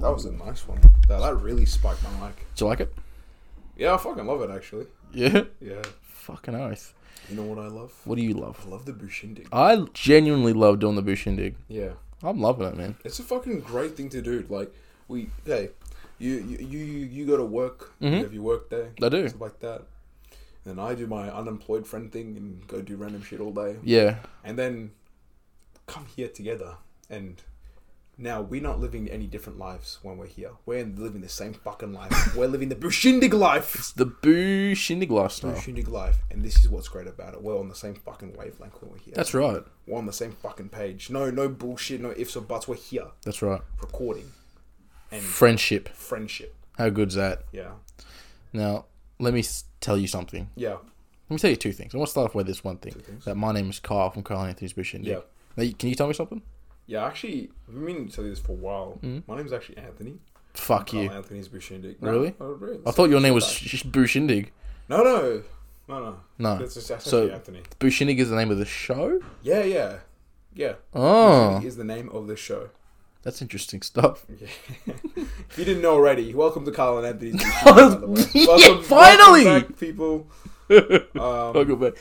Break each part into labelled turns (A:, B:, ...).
A: That was a nice one. That, that really spiked my mic.
B: Do you like it?
A: Yeah, I fucking love it actually.
B: Yeah.
A: Yeah.
B: Fucking oath.
A: You know what I love?
B: What do you
A: I
B: love?
A: love the bushindig.
B: I genuinely love doing the Bushindig.
A: Yeah.
B: I'm loving it, man.
A: It's a fucking great thing to do. Like we, hey, you you you, you go to work. You have your work day.
B: I do.
A: Stuff like that. And I do my unemployed friend thing and go do random shit all day.
B: Yeah.
A: And then come here together. And now we're not living any different lives when we're here. We're living the same fucking life. we're living the Bushindig life.
B: The Bushindig lifestyle.
A: Bushindig life. And this is what's great about it. We're on the same fucking wavelength when we're here.
B: That's right.
A: we're on the same fucking page. No, no bullshit. No ifs or buts. We're here
B: That's right.
A: recording
B: Friendship.
A: friendship.
B: How good's that?
A: Yeah.
B: Now, let me s- tell you something.
A: Yeah.
B: Let me tell you two things. I want to start off with this one thing. That my name is Carl from Carl Anthony's Bushindig.
A: Yeah.
B: Now, you- can you tell me something?
A: Yeah, actually, I've been meaning to tell you this for a while.
B: Hmm?
A: My name's actually Anthony. Oh,
B: Fuck you.
A: Carl Anthony's Bushindig. No,
B: Really?
A: oh, really?
B: I thought your name was Sh- Sh- Bushindig.
A: No, no. No, no.
B: No.
A: That's, just, that's
B: So-
A: actually Anthony.
B: Bushindig is the name of the show?
A: Yeah, yeah. Yeah.
B: Oh,
A: Is the name of the show.
B: that's interesting stuff.
A: Yeah. if you didn't know already, welcome to Carl and Anthony's Bushindig, by the way.
B: Yeah,
A: Welcome-
B: finally!
A: welcome back, people. Um,
B: Welcome back.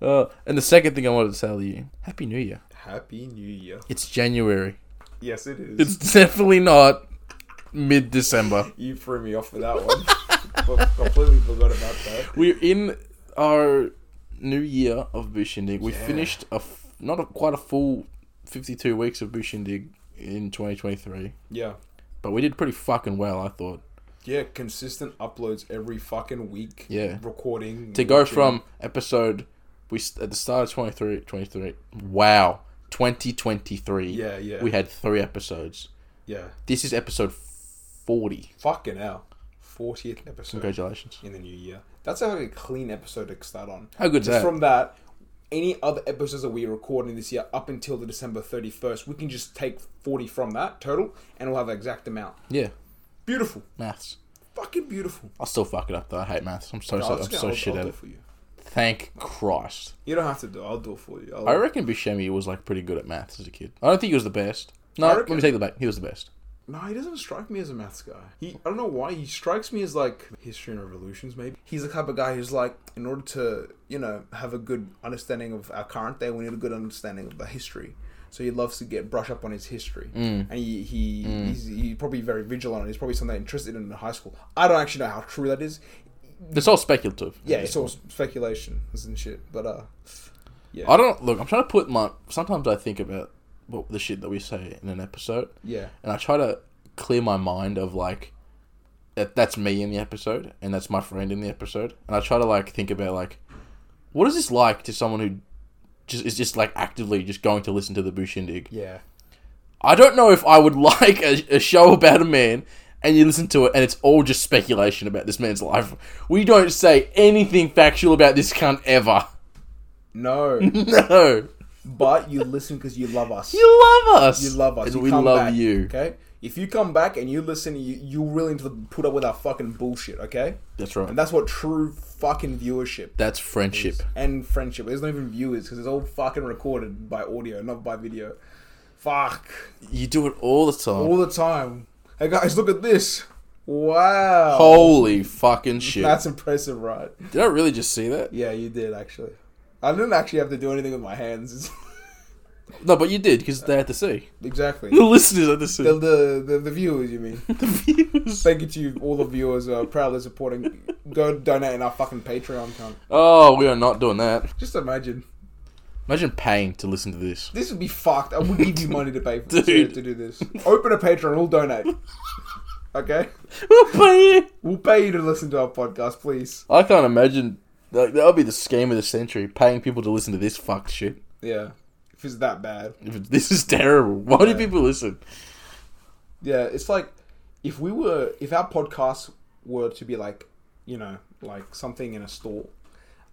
B: Uh, and the second thing I wanted to tell you Happy New Year.
A: Happy New Year.
B: It's January.
A: Yes, it is.
B: It's definitely not mid December.
A: You threw me off with that one. I completely forgot about that.
B: We're in our new year of Bushindig. We finished a f- not a, quite a full 52 weeks of Bushindig in 2023,
A: Yeah.
B: but we did pretty fucking well, I thought.
A: Yeah, consistent uploads every fucking week.
B: Yeah.
A: Recording.
B: To go
A: watching.
B: from episode we s- at the start of 23 23 wow, 2023.
A: Yeah, yeah.
B: We had 3 episodes.
A: Yeah.
B: This is episode 40.
A: Fucking hell. 40th episode
B: Congratulations.
A: in the new year. That's a very clean episode to start on.
B: How good's
A: Just
B: that?
A: from that, any other episodes that we record in this year up until the December 31st, we can just take 40 from that total and we'll have the exact amount.
B: Yeah,
A: Beautiful.
B: maths.
A: Fucking beautiful.
B: I'll still fuck it up though. I hate maths. I'm so, so
A: I'll
B: I'm
A: just get-
B: so
A: I'll-
B: shit
A: I'll
B: at
A: do
B: it.
A: for you.
B: Thank Christ.
A: You don't have to do it. I'll do it for you. I'll,
B: I reckon Buscemi was like pretty good at maths as a kid. I don't think he was the best. No,
A: I
B: let
A: reckon-
B: me take the back. He was the best.
A: No, he doesn't strike me as a maths guy. He, I don't know why. He strikes me as like history and revolutions, maybe. He's the type of guy who's like, in order to, you know, have a good understanding of our current day, we need a good understanding of the history. So he loves to get brush up on his history, and he, he he's, he's probably very vigilant. and He's probably something interested in in high school. I don't actually know how true that is.
B: It's all speculative.
A: Yeah, it's all speculation and shit. But uh, yeah,
B: I don't look. I'm trying to put my. Sometimes I think about what the shit that we say in an episode,
A: yeah,
B: and I try to clear my mind of like that. That's me in the episode, and that's my friend in the episode, and I try to like think about like what is this like to someone who just is just like actively just going to listen to the Bushindig.
A: yeah,
B: I don't know if I would like a, a show about a man and you listen to it and it's all just speculation about this man's life. We don't say anything factual about this cunt ever.
A: no.
B: No.
A: but you listen because you love us.
B: You love us.
A: You love us.
B: And
A: You
B: we
A: come
B: love
A: back,
B: you.
A: Okay. If you come back and you listen, you you really need to put up with our fucking bullshit. Okay.
B: That's right.
A: And that's what true fucking viewership
B: That's friendship.
A: and friendship. There's not even viewers because it's all fucking recorded by audio, not by video. Fuck.
B: You do it all the time.
A: All the time. Hey guys, look at this. Wow.
B: Holy fucking shit.
A: That's impressive, right?
B: Did I really just see that?
A: Yeah, you did actually. I didn't actually have to do anything with my hands.
B: No, but you did because they had to see.
A: exactly.
B: The listeners had to see.
A: The, the the the viewers, you mean?
B: The views.
A: Thank you to you, all the viewers uh, proudly supporting. Go donate in our fucking Patreon account.
B: Oh, we are not doing that.
A: Just imagine.
B: Imagine paying to listen to this.
A: This would be fucked. I would give you money to pay for, to,
B: Dude.
A: to do this. Open a Patreon, we'll donate. Okay?
B: We're paying.
A: We'll pay you to listen to our podcast, please.
B: I can't imagine. Like, that would be the scam of the century, paying people to listen to this fucked shit.
A: Yeah. If it's that bad.
B: If it- This is terrible. Why do
A: Yeah.
B: people listen?
A: Yeah, it's like if we were, if our podcasts were to be like, you know, like something in a store,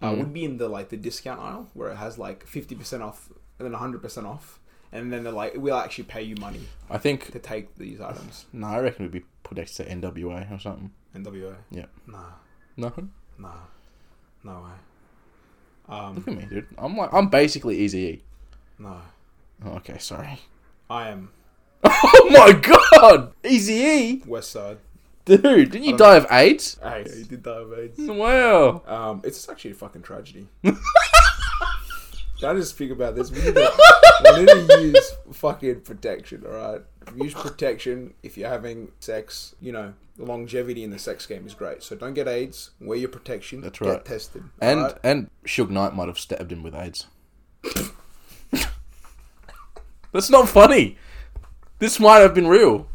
A: uh, we'd be in the like the discount aisle where it has like 50% off and then 100% off. And then they're like, we'll actually pay you money.
B: I think.
A: to take these items.
B: No, I reckon it'd be put next to NWA or something.
A: NWA.
B: Yeah.
A: Nah,
B: No,
A: nah, no way. Um,
B: look at me, dude. I'm like I'm basically Easy E.
A: no,
B: Okay, sorry.
A: I am
B: oh my god! Easy E!
A: West Side.
B: Dude, didn't you
A: don't
B: die of AIDS?
A: Hey, he did die of AIDS.
B: Wow.
A: Um, it's actually a fucking tragedy. I just think about this. We need, to, we need to use fucking protection, alright? Use protection if you're having sex. You know, the longevity in the sex game is great. So don't get AIDS. Wear your protection.
B: That's
A: Get
B: right.
A: tested.
B: And
A: alright?
B: and Suge Knight might have stabbed him with AIDS. That's not funny. This might have been real.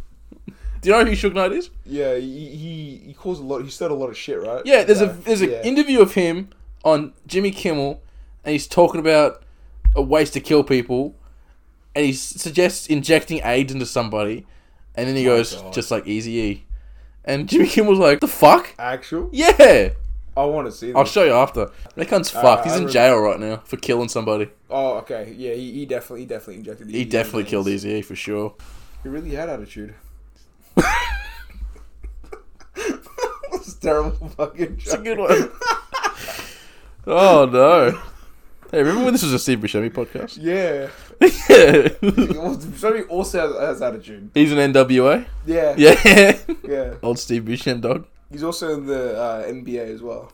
B: Do you know who Suge Knight is?
A: yeah, he, he he caused a lot. He said a lot of shit, right?
B: Yeah, there's a
A: So,
B: there's an
A: yeah.
B: interview of him on Jimmy Kimmel, and he's talking about uh, ways to kill people, and he s- suggests injecting AIDS into somebody, and then he goes
A: Oh, God.
B: just like Easy E, and Jimmy Kimmel's like the fuck.
A: actual.
B: Yeah,
A: I want to see.
B: I'll
A: This.
B: show you after. That cunt's
A: Uh,
B: fucked. He's
A: I
B: in
A: re-
B: jail right now for killing somebody.
A: oh, okay. Yeah, he, he definitely he definitely injected.
B: He definitely killed Easy E for sure.
A: He really had attitude. That's a terrible fucking
B: It's a
A: joke.
B: good one. oh no. Hey, remember when this was a Steve Buscemi podcast?
A: Yeah.
B: yeah.
A: Somebody also has, has attitude.
B: He's an NWA.
A: Yeah.
B: Yeah.
A: Yeah.
B: Old Steve Buscemi dog.
A: He's also in the uh, NBA as well.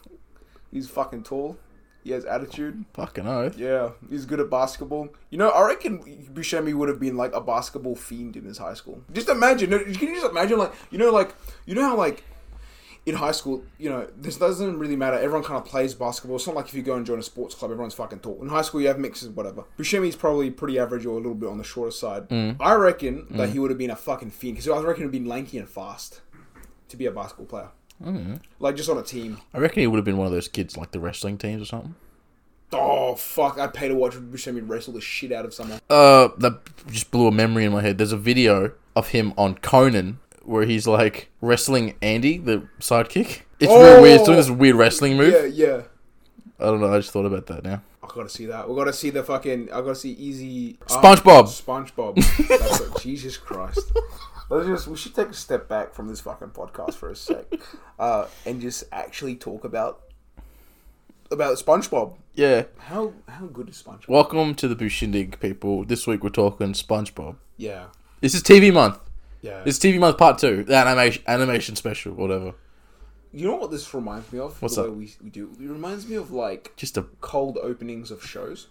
A: He's fucking tall. He has attitude.
B: Fucking oath.
A: Yeah. He's good at basketball. You know, I reckon Buscemi would have been like a basketball fiend in his high school. Just imagine. no, Can you just imagine, like, you know, like, you know how, like, in high school, you know, this doesn't really matter. Everyone kind of plays basketball. It's not like if you go and join a sports club, everyone's fucking tall. In high school, you have mixes, whatever. Buscemi's probably pretty average or a little bit on the shorter side. I reckon that he would have been a fucking fiend because I reckon he'd been lanky and fast to be a basketball player. Like just on a team.
B: I reckon he would have been one of those kids like the wrestling teams or something.
A: Oh fuck! I'd pay to watch Buscemi wrestle the shit out of someone.
B: Uh, that just blew a memory in my head. There's a video of him on Conan where he's like wrestling Andy, the sidekick. It's real weird. He's doing this weird wrestling move.
A: Oh! Yeah, yeah.
B: I don't know. I just thought about that now.
A: I gotta see that. We gotta see the fucking. I gotta see Easy uh,
B: SpongeBob.
A: SpongeBob. That's it. Jesus Christ. Let's just. We should take a step back from this fucking podcast for a sec, uh, and just actually talk about about SpongeBob.
B: Yeah.
A: How how good is SpongeBob?
B: Welcome to the Bushindig people. This week we're talking SpongeBob.
A: Yeah,
B: This is TV month.
A: yeah.
B: It's TV month part two. The animation animation special, whatever.
A: you know what this reminds me of?
B: What's
A: the
B: that?
A: way we, we do. It reminds me of like
B: Just a
A: cold openings of shows,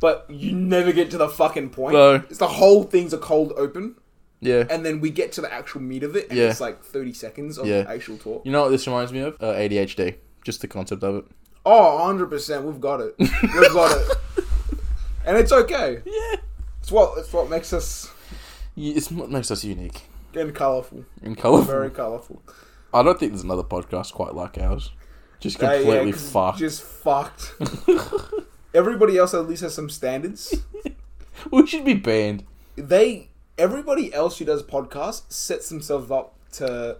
A: but you never get to the fucking point.
B: No.
A: It's the whole thing's a cold open,
B: yeah.
A: and then we get to the actual meat of it, and
B: Yeah.
A: it's like thirty seconds of
B: Yeah.
A: actual talk.
B: You know what this reminds me of? Uh, ADHD. Just the concept of it.
A: Oh, 100 percent, we've got it, we've got it, and it's okay.
B: Yeah.
A: It's what it's what makes us
B: It's what makes us unique
A: and colorful,
B: and colourful.
A: very colorful.
B: I don't think there's another podcast quite like ours. Just completely fucked.
A: just fucked. Everybody else at least has some standards.
B: We should be banned.
A: they everybody else who does podcasts sets themselves up to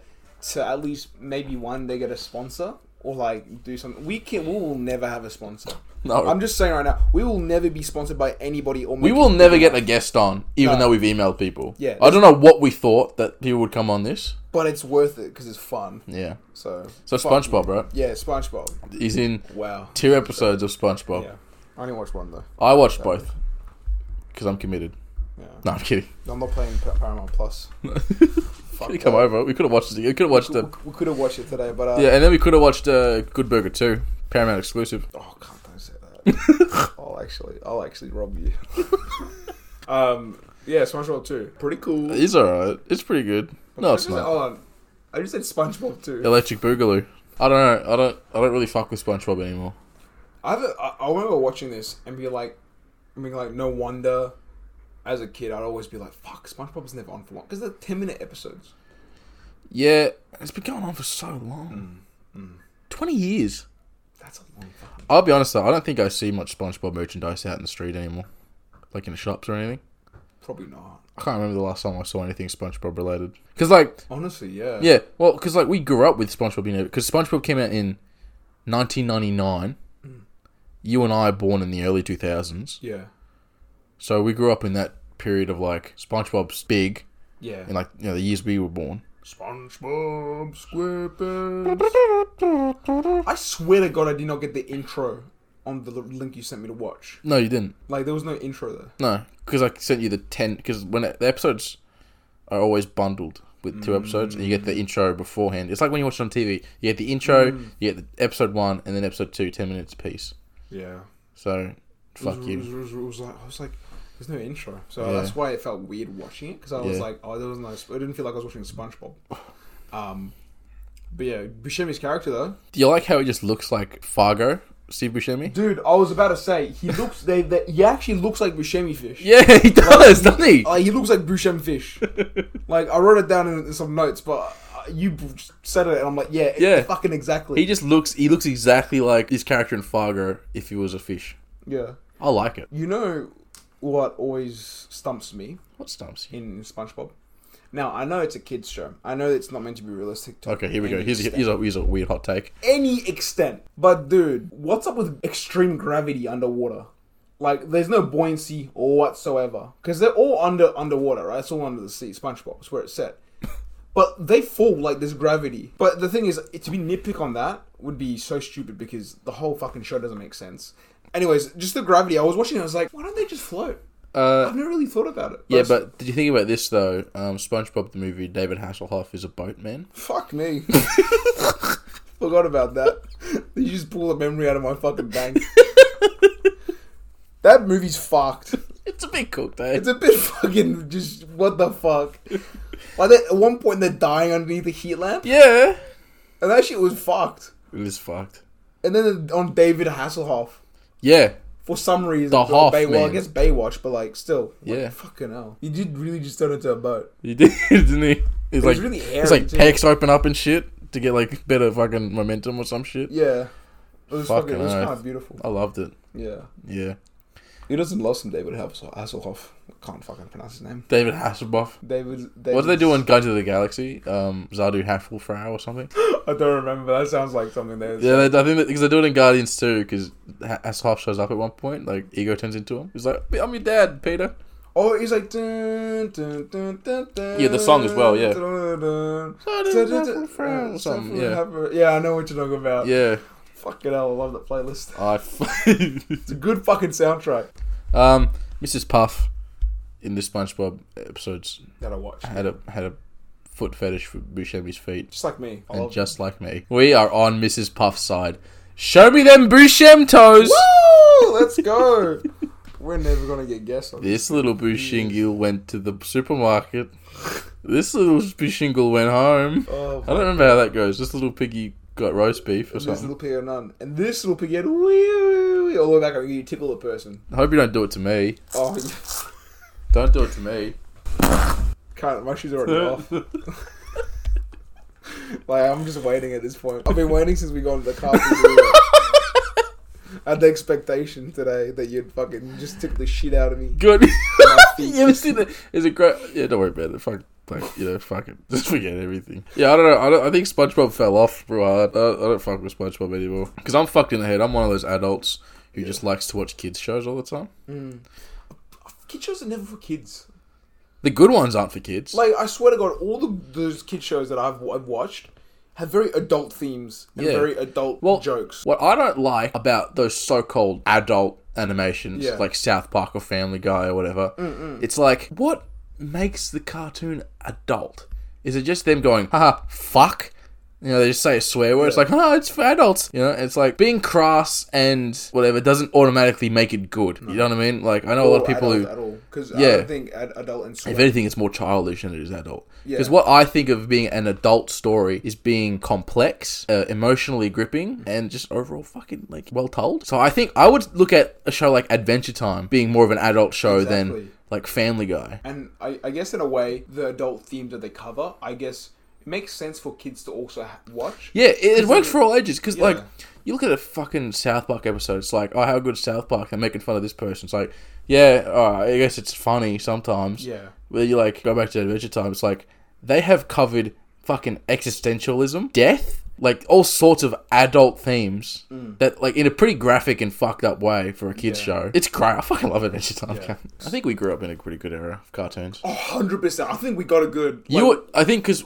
A: to at least maybe one they get a sponsor or like do something. We can we will never have a sponsor.
B: No.
A: I'm just saying right now, we will never be sponsored by anybody or
B: we will never get a guest on, even
A: No.
B: though we've emailed people.
A: Yeah.
B: I don't know what we thought that people would come on this.
A: but it's worth it because it's fun.
B: Yeah.
A: So
B: So
A: fuck
B: SpongeBob, right?
A: you. Yeah, SpongeBob.
B: He's in
A: Wow.
B: two episodes of SpongeBob.
A: Yeah. I only watched one though.
B: I watched both because I'm committed.
A: Yeah.
B: No, I'm kidding.
A: I'm not playing Pa- Paramount Plus. Fuck
B: You come
A: that.
B: over. We could have watched it. We could have watched
A: We,
B: the
A: could have watched it today, but uh,
B: yeah, and then we could have watched uh, Good Burger Two, Paramount exclusive.
A: Oh, can't don't say that. I'll actually, I'll actually rob you. um, yeah, SpongeBob two, pretty cool.
B: It's alright. It's pretty good. No, it's not.
A: Hold on, I just said SpongeBob two.
B: Electric Boogaloo. I don't know. I don't. I don't really fuck with SpongeBob anymore.
A: I, have a, I I remember watching this and be like, I mean, like, no wonder. As a kid, I'd always be like, "Fuck, SpongeBob's never on for long because they're ten minute episodes."
B: Yeah, it's been going on for so long. Twenty years.
A: That's a long fucking.
B: I'll be honest though. I don't think I see much SpongeBob merchandise out in the street anymore, like in the shops or anything.
A: Probably not.
B: I can't remember the last time I saw anything SpongeBob related. Cause like,
A: Honestly, yeah.
B: yeah, well, cause like we grew up with SpongeBob, you know, because SpongeBob came out in 1999. You and I are born in the early 2000s,
A: Yeah.
B: so we grew up in that period of like SpongeBob's big,
A: Yeah.
B: in like you know the years we were born.
A: SpongeBob SquarePants. I swear to God, I did not get the intro on the l- link you sent me to watch.
B: No, you didn't.
A: Like there was no intro there.
B: No, because I sent you the ten. Because when it, the episodes, are always bundled with two episodes, and you get the intro beforehand. It's like when you watch it on TV. You get the intro, you get the episode one, and then episode two, ten minutes apiece.
A: Yeah.
B: So,
A: It
B: fuck
A: was,
B: you.
A: It was, it was like, I was like, there's no intro, so
B: Yeah.
A: that's why it felt weird watching it because I was
B: Yeah.
A: like, oh, there was no. Sp- I didn't feel like I was watching SpongeBob. Um, but yeah, Buscemi's character though,
B: Do you like how it just looks like Fargo, Steve Buscemi?
A: dude. I was about to say he looks. They, they he actually looks like Buscemi fish.
B: Yeah, he does, doesn't he?
A: Like, he looks like Buscemi fish. like I wrote it down in, in some notes, but uh, you b- just said it, and I'm like, yeah,
B: Yeah.
A: fucking exactly.
B: He just looks. He looks exactly like his character in Fargo if he was a fish.
A: yeah,
B: I like it.
A: you know what always stumps me
B: What stumps you?
A: in SpongeBob. Now I know it's a kids show. I know it's not meant to be realistic. To
B: Okay, here we go.
A: any
B: Here's a,
A: extent.
B: here's a here's a weird hot take.
A: any extent. But dude, what's up with extreme gravity underwater? Like, there's no buoyancy or whatsoever because they're all under underwater, right? It's all under the sea. SpongeBob, it's where it's set. But they fall like there's gravity. But the thing is, to be nitpick on that would be so stupid because the whole fucking show doesn't make sense. Anyways, just the gravity. I was watching. it, I was like, why don't they just float?
B: Uh,
A: I've never really thought about it.
B: yeah,
A: That's-
B: but did you think about this though? Um, SpongeBob the movie, David Hasselhoff is a boatman.
A: Fuck me. Forgot about that. You just pull a memory out of my fucking bank. that movie's fucked.
B: It's a bit cooked, eh?
A: It's a bit fucking just what the fuck. Like they- at one point they're dying underneath the heat lamp,
B: yeah,
A: and that shit was fucked.
B: it is fucked.
A: And then on David Hasselhoff
B: Yeah,
A: for some reason.
B: The
A: during
B: Hoff,
A: Bay- Well, I
B: man.
A: guess Baywatch, but like still, like,
B: Yeah.
A: fucking hell. You did really just turn into a boat.
B: he did, didn't he?
A: It
B: He's like
A: was really hairy.
B: he's like
A: too.
B: pecs open up and shit to get like better fucking momentum or some shit.
A: Yeah, it was fucking.
B: Fucking
A: it was
B: hell.
A: kind of beautiful.
B: I loved it.
A: Yeah.
B: Yeah,
A: He doesn't love some David Hasselhoff. Hasselhoff. I can't fucking pronounce his name.
B: David Hasselhoff.
A: David. David
B: What do they do on Guardians of the Galaxy? Um, Zardu Hasselfrau or something.
A: I don't remember. That sounds like something there.
B: Yeah, they, I think that- because they do it in Guardians too. Because Hasselhoff shows up at one point, like Ego turns into him. He's like, "I'm your dad, Peter."
A: Oh, he's like. Dun, dun, dun, dun, dun,
B: Yeah, the song as well, yeah.
A: Dun, dun,
B: Zardu Hasselfrau
A: dun.
B: or something.
A: Something
B: Yeah,
A: happened. Yeah, I know what you're talking about.
B: yeah.
A: Fucking hell, I love that playlist.
B: I f-
A: It's a good fucking soundtrack
B: um, Mrs. Puff in the SpongeBob episodes
A: that I watch.
B: had a had a foot fetish for Buscemi's feet,
A: Just like me. I
B: and
A: love
B: just like me, we are on Mrs. Puff's side. Show me them Buscem toes.
A: Woo! Let's go! We're never gonna get guests on this.
B: This little Bushingle went to the supermarket. This little Bushingle went home.
A: Oh,
B: I don't remember how that goes. This little piggy got roast beef or
A: this little
B: something.
A: pig or none. And this little pig had wee, wee, wee, all the way back up. You tickle a person.
B: I hope you don't do it to me.
A: Oh, yes.
B: Don't do it to me.
A: Can't, my shoes are already off. Like, I'm just waiting at this point. I've been waiting since we got into the car. to do it. I had the expectation today that you'd fucking just tickle the shit out of me.
B: Good.
A: My feet.
B: you ever seen that? Is it great? Yeah, don't worry about it. Fuck. Like, you know, fuck it. Just forget everything. Yeah, I don't know. I, don't, I think SpongeBob fell off real hard. I don't, I don't fuck with SpongeBob anymore. Because I'm fucked in the head. I'm one of those adults who just likes to watch kids' shows all the time.
A: Mm. Kid shows are never for kids.
B: The good ones aren't for kids.
A: Like, I swear to God, all the those kid shows that I've, I've watched have very adult themes and
B: Yeah.
A: very adult
B: Well-
A: jokes.
B: What I don't like about those so-called adult animations,
A: Yeah.
B: like South Park or Family Guy or whatever, it's like what makes the cartoon adult? Is it just them going, haha, fuck? You know, they just say a swear word. It's like, oh, it's for adults. You know, it's like being crass and whatever doesn't automatically make it good. You know what I mean? Like, I know a lot of people who
A: at all because I
B: Yeah.
A: don't think ad- adult and
B: if
A: swear.
B: anything, it's more childish than it is adult. Because
A: Yeah.
B: what I think of being an adult story is being complex, uh, emotionally gripping, and just overall fucking like well told. So I think I would look at a show like Adventure Time being more of an adult show
A: Exactly.
B: than like Family Guy.
A: and I, I guess in a way the adult themes that they cover I guess it makes sense for kids to also ha- watch
B: Yeah, it, it works for all ages. Because like
A: Yeah.
B: you look at a fucking South Park episode, it's like, oh, how good is South Park? They're making fun of this person. It's like, yeah, all right, I guess it's funny sometimes.
A: yeah
B: where you like go back to Adventure Time, it's like they have covered fucking existentialism, death, like all sorts of adult themes that like in a pretty graphic and fucked up way for a kids
A: Mm. Yeah.
B: show. It's great. I fucking love Adventure Time.
A: Yeah.
B: I think we grew up in a pretty good era of cartoons.
A: hundred percent I think we got a good like,
B: you, were- I think, because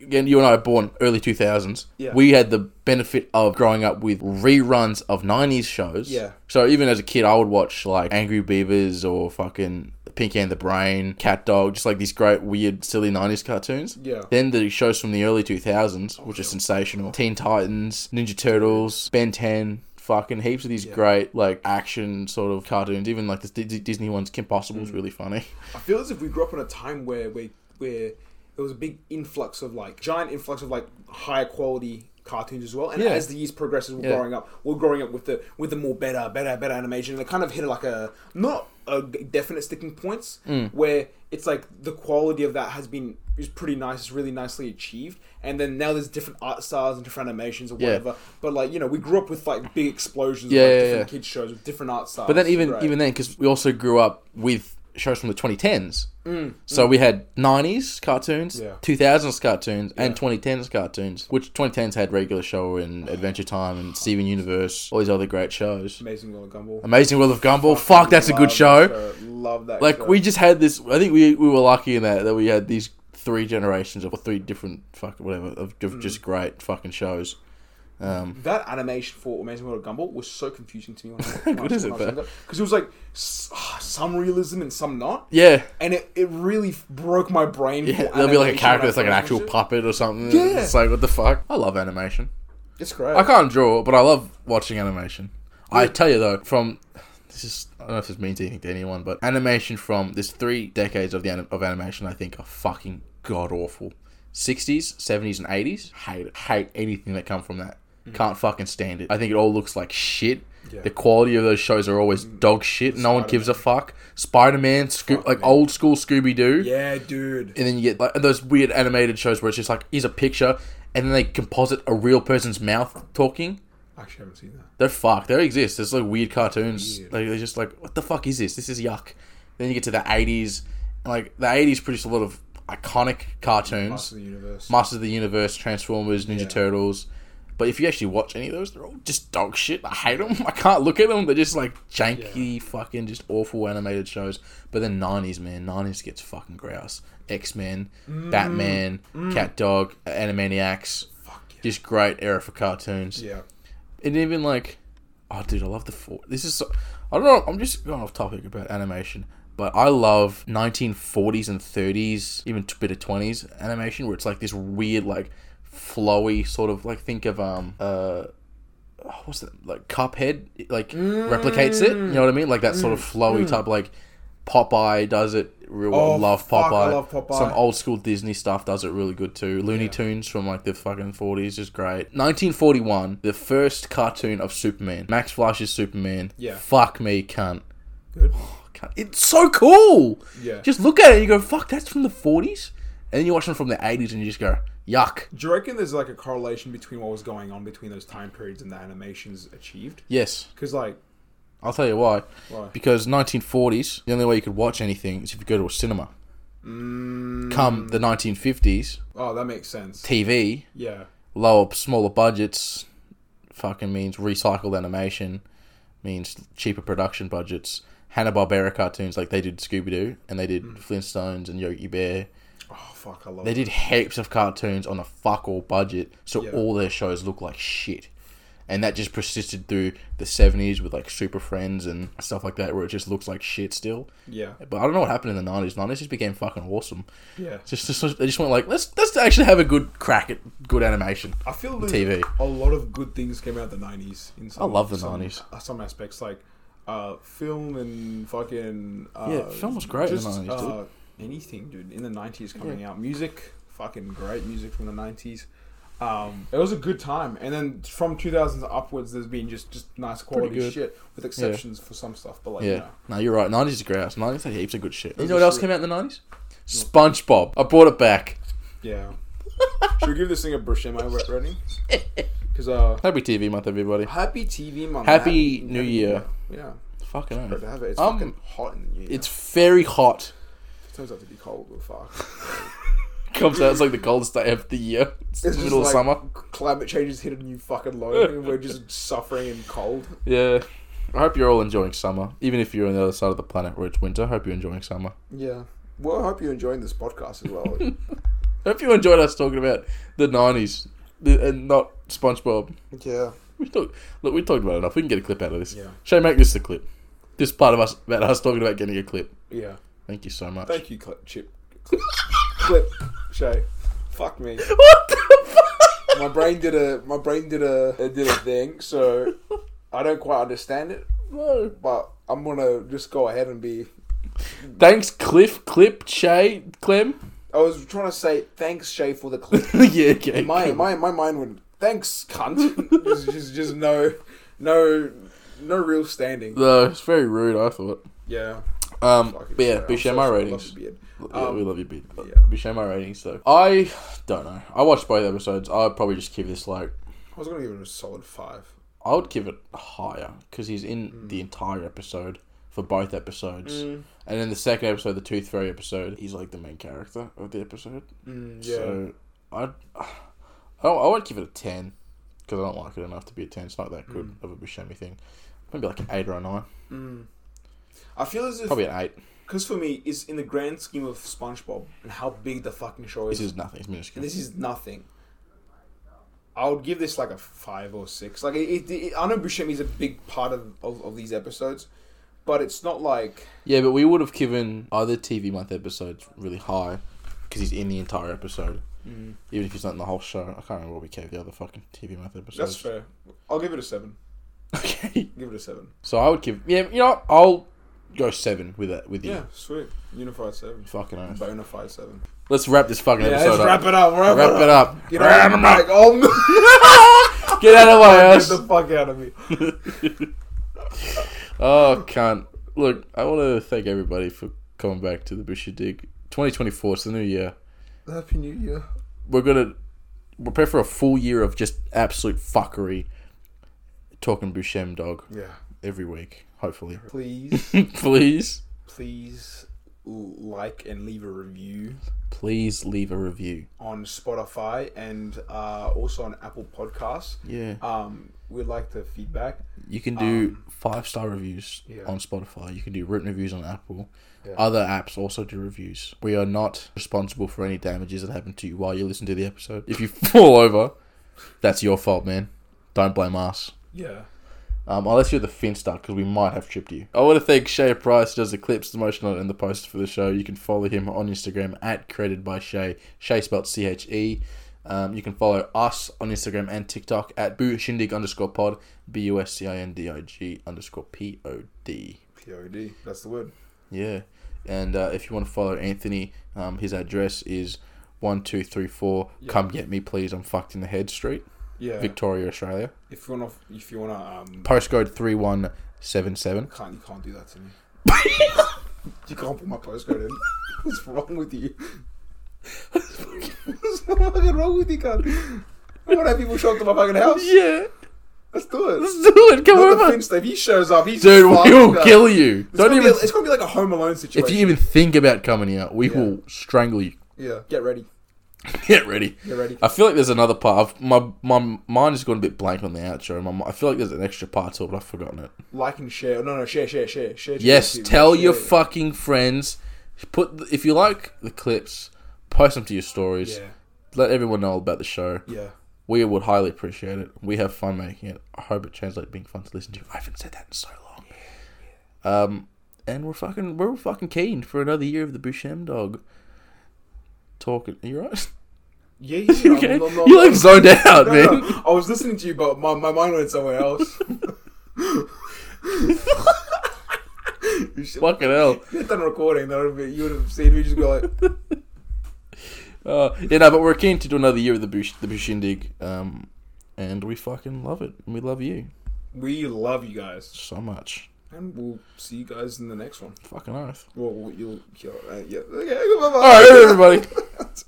B: again, you and I are born early 2000s.
A: Yeah.
B: We had the benefit of growing up with reruns of 90s shows.
A: Yeah.
B: So even as a kid, I would watch like Angry Beavers or fucking Pinky and the Brain, Cat Dog, just like these great, weird, silly 90s cartoons.
A: Yeah.
B: Then the shows from the early 2000s, which are sensational Teen Titans, Ninja Turtles, Ben 10. Fucking heaps of these great like action sort of cartoons, even like the D- D- Disney ones. Kim Possible is
A: Mm.
B: really funny.
A: I feel as if we grew up in a time where where where there was a big influx of like giant influx of like higher quality cartoons as well. And
B: Yeah.
A: as the years progress, as we're
B: Yeah.
A: growing up, we're growing up with the with the more better, better, better animation. And it kind of hit like a not a g- definite sticking points
B: Mm.
A: where it's like the quality of that has been is pretty nice. It's really nicely achieved. And then now there's different art styles and different animations or whatever. But like you know, we grew up with like big explosions,
B: Yeah,
A: of, like
B: yeah,
A: different
B: yeah.
A: kids shows with different art styles.
B: But then even
A: Right.
B: even then, because we also grew up with shows from the 2010s. Mm, so we had 90s cartoons,
A: Yeah.
B: 2000s cartoons, and 2010s cartoons, which 2010s had regular show and Adventure Time and Steven Universe, all these other great shows.
A: amazing World of Gumball.
B: Amazing World of Gumball. Fuck, that's a
A: Love
B: good
A: that
B: show.
A: Love that.
B: Like
A: show.
B: we just had this. I think we, we were lucky in that that we had these three generations of or three different fuck whatever of, of
A: Mm.
B: just great fucking shows. Um,
A: that animation for Amazing World of Gumball was so confusing to me. When
B: What is it, though?
A: Because it was like s- ah, some realism and some not.
B: yeah,
A: And it, it really f- broke my brain.
B: Yeah,
A: for
B: there'll be like
A: animation
B: a character
A: when I
B: that's like an
A: first
B: actual
A: watched
B: puppet or something.
A: Yeah.
B: It's like what the fuck? I love animation.
A: it. It's great.
B: I can't draw, but I love watching animation. I tell you though, from this is I don't know if this means anything to anyone, but animation from this three decades of the anim- of animation, I think, are fucking god awful. Sixties, seventies, and eighties. Hate it. Hate anything that come from that. Can't fucking stand it. I think it all looks like shit.
A: Mm. Yeah. Mm.
B: The quality of those shows are always dog shit. No one gives a fuck. Spider Man, Sco- like old school Scooby Doo
A: Yeah, dude.
B: and then you get like those weird animated shows where it's just like here's a picture and then they composite a real person's mouth talking
A: Actually, I haven't seen that.
B: they're fucked they exist there's like weird cartoons
A: Weird.
B: like they're just like what the fuck is this this is yuck then you get to the 80s and, like the 80s produced a lot of iconic
A: Master
B: cartoons
A: of the Universe.
B: masters of the universe transformers ninja turtles but if you actually watch any of those they're all just dog shit i hate them i can't look at them they're just like janky fucking just awful animated shows but then 90s man 90s gets fucking grouse x-men
A: Mm.
B: batman cat dog animaniacs
A: Fuck yeah.
B: just great era for cartoons
A: Yeah.
B: and even like, oh, dude, I love the four. This is, so, I don't know. I'm just going off topic about animation, but I love 1940s and 30s, even a bit of 20s animation, where it's like this weird, like, flowy sort of like. Think of um, uh, oh, what's that? Like Cuphead, it, like replicates it. You know what I mean? Like that sort of
A: Mm.
B: flowy type, like. Popeye does it real
A: Oh,
B: love
A: fuck,
B: Popeye.
A: I love Popeye.
B: Some old school Disney stuff does it really good too. Looney Tunes from like the fucking forties is great. Nineteen forty one, the first cartoon of Superman. Max Flash's Superman.
A: Yeah.
B: Fuck me, cunt.
A: Good.
B: Cunt. It's so cool.
A: Yeah.
B: Just look at it and you go, fuck, that's from the forties? And then you watch them from the eighties and you just go, yuck.
A: Do you reckon there's like a correlation between what was going on between those time periods and the animations achieved?
B: Yes.
A: Because like,
B: I'll tell you why.
A: Why?
B: Because 1940s, the only way you could watch anything is if you go to a cinema. Come the 1950s,
A: mm, oh, that makes sense.
B: TV,
A: Yeah.
B: lower, smaller budgets, fucking means recycled animation, means cheaper production budgets. Hanna Barbera cartoons, like they did Scooby Doo and they did Flintstones and Yogi Bear.
A: Oh fuck, I love.
B: They
A: it.
B: did heaps of cartoons on a fuck all budget, so
A: Yeah.
B: all their shows look like shit. And that just persisted through the 70s with like Super Friends and stuff like that, where it just looks like shit still.
A: Yeah.
B: But I don't know what happened in the 90s. 90s just became fucking awesome.
A: Yeah.
B: Just, just They just went like, let's, let's actually have a good crack at good animation.
A: I feel
B: the
A: there's
B: TV.
A: A lot of good things came out of the nineties. In some,
B: I love the
A: some-
B: 90s.
A: uh, Some aspects like uh, film and fucking uh,
B: Yeah, film was great in the 90s, dude.
A: Uh, anything, dude, in the nineties coming out, music, fucking great music from the nineties. Um, it was a good time, and then from 2000s upwards, there's been just just nice quality
B: good.
A: shit with exceptions for some stuff, but like
B: Yeah.
A: you know,
B: No, you're right. 90s is grouse. 90s had heaps of good shit. You
A: Those
B: know
A: are
B: what else
A: shit.
B: came out in the 90s? SpongeBob. I brought it back.
A: yeah. Should we give this thing a brushema rating? Because uh,
B: Happy TV month, everybody.
A: happy TV month,
B: Happy New Year.
A: Yeah,
B: Fucking
A: great to
B: hell.
A: have it. It's
B: Um,
A: fucking hot in the year.
B: It's very hot.
A: Turns out to be cold, but fuck.
B: Comes out, it's like the coldest day of the year.
A: It's
B: It's, the
A: just
B: middle
A: like
B: of summer.
A: Climate change has hit a new fucking low, and we're just suffering in cold.
B: Yeah. I hope you're all enjoying summer. Even if you're on the other side of the planet where it's winter, I hope you're enjoying summer.
A: Yeah. Well, I hope you're enjoying this podcast as well.
B: Hope you enjoyed us talking about the nineties and not SpongeBob.
A: Yeah.
B: We talk, look, we talked about it enough. We can get a clip out of this.
A: Yeah.
B: Shay, make this the clip. This part of us about us talking about getting a clip.
A: Yeah.
B: Thank you so much.
A: Thank you, Clip. Chip. Clip. Clip. Shay. Fuck me.
B: What the fuck?
A: My brain did a my brain did a it did a thing, so I don't quite understand it,
B: No.
A: but I'm gonna just go ahead and be.
B: Thanks, Cliff, Clip, Shay, Clem.
A: I was trying to say thanks, Shay, for the clip.
B: yeah, okay.
A: my
B: cool.
A: my my mind went thanks, cunt. just, just just no no no real standing.
B: No, it's very rude. I thought.
A: Yeah.
B: Um,
A: Fuck it,
B: but yeah,
A: sorry.
B: be
A: I'm
B: share
A: so
B: my
A: sorry. I love
B: ratings.
A: your beard.
B: yeah,
A: Um,
B: we love you, bit.
A: yeah.
B: We share my ratings though. I don't know. I watched both episodes. I would probably just give this like
A: I was gonna give it a solid five.
B: I would give it higher because he's in
A: Mm.
B: the entire episode for both episodes, and in the second episode, the Tooth Fairy episode, he's like the main character of the episode.
A: Mm, yeah.
B: So I'd, I I would give it a ten because I don't like it enough to be a ten. It's not that good
A: Mm.
B: of a Buscemi thing. Maybe like an eight or a nine.
A: I feel as if
B: Probably an eight.
A: because for me, it's in the grand scheme of SpongeBob and how big the fucking show is.
B: This is nothing. It's minuscule.
A: and this is nothing. I would give this like a five or six. Like it, it, it, I know Buscemi is a big part of, of, of these episodes, but it's not like
B: Yeah, but we would have given other TV month episodes really high because he's in the entire episode.
A: Mm.
B: Even if he's not in the whole show, I can't remember what we gave the other fucking TV month
A: that's
B: episodes.
A: fair. I'll give it a seven.
B: Okay,
A: Give it a seven.
B: so I would give yeah, you know, what? I'll go seven with it with you.
A: Yeah, sweet. Unified seven.
B: Fucking earth.
A: Bonafide seven.
B: Let's wrap this fucking
A: Yeah,
B: episode
A: let's
B: up.
A: wrap it up. Wrap,
B: Wrap
A: it
B: it
A: up.
B: up.
A: Get out of my- oh,
B: Get out of my
A: get
B: ass.
A: the fuck out of me.
B: Oh, can't. Look, I want to thank everybody for coming back to the Bushy Dig. 2024, it's the new year.
A: Happy New Year.
B: we're gonna prepare for a full year of just absolute fuckery. Talking Bushem dog
A: Yeah.
B: every week, hopefully.
A: Please,
B: please,
A: please like and leave a review
B: please leave a review.
A: on Spotify and uh, also on Apple Podcasts.
B: Yeah,
A: Um, we'd like the feedback.
B: you can do five star reviews
A: Um, Yeah.
B: on Spotify. You can do written reviews on Apple.
A: Yeah.
B: Other apps also do reviews. We are not responsible for any damages that happen to you while you listen to the episode. If you fall over, that's your fault, man. Don't blame us.
A: Yeah.
B: Um, unless you're the Finster, because we might have tripped you. I want to thank Shay Price, who does the clips, the motion art, and the post for the show. You can follow him on Instagram at created by Shay. Shay spelled C H E. Um, you can follow us on Instagram and TikTok at boo shindig underscore pod b u s c i n d i g underscore p o d.
A: POD. That's the word.
B: Yeah, and uh, if you want to follow Anthony, um, his address is one two three four. Come get me, please. I'm fucked in the head street,
A: Yeah.
B: Victoria, Australia.
A: if you wanna, if you wanna, um,
B: Postcode three one seven seven.
A: can't you can't do that to me. you can't put my postcode in. What's wrong with you? What's fucking wrong with you, cunt? I want to have people show up to my fucking house.
B: Yeah.
A: Let's do it.
B: Let's do it. Come
A: Not the
B: over.
A: Finch, if he shows up, he's
B: Dude,
A: fucked,
B: we will
A: cunt.
B: kill you.
A: It's
B: Don't
A: gonna be
B: even.
A: a- it's gonna be like a Home Alone situation.
B: If you even think about coming here, we
A: Yeah.
B: will strangle you.
A: yeah, get ready,
B: Get ready.
A: get ready.
B: I feel like there's another part. I've, my my mind has gone a bit blank on the outro. My, mi- I feel like there's an extra part to it, but I've forgotten it.
A: Like and share. No, no, share, share, share, share. to
B: Yes,
A: people.
B: tell your
A: Share.
B: fucking friends. Put the- if you like the clips, post them to your stories.
A: Yeah,
B: Let everyone know about the show.
A: yeah.
B: We would highly appreciate it. We have fun making it. I hope it translates being fun to listen to. I haven't said that in so long. Um, and we're fucking we're fucking keen for another year of the Bushem dog. Talking, you right?
A: Yeah, yeah.
B: okay,
A: I'm- I'm- I'm-
B: you look zoned out,
A: No,
B: man.
A: no, I was listening to you, but my, my mind went somewhere else. you should
B: Fucking hell.
A: have done recording. That would be, you would have seen me just go like,
B: Uh, yeah, no, but we're keen to do another year of the Bush the Bushindig. Um, and we fucking love it. And we love you
A: "We love you guys,"
B: so much.
A: and we'll see you guys in the next one.
B: Fucking earth.
A: Well, you'll, you'll uh, yeah. Okay,
B: All right,
A: bye-bye.
B: everybody.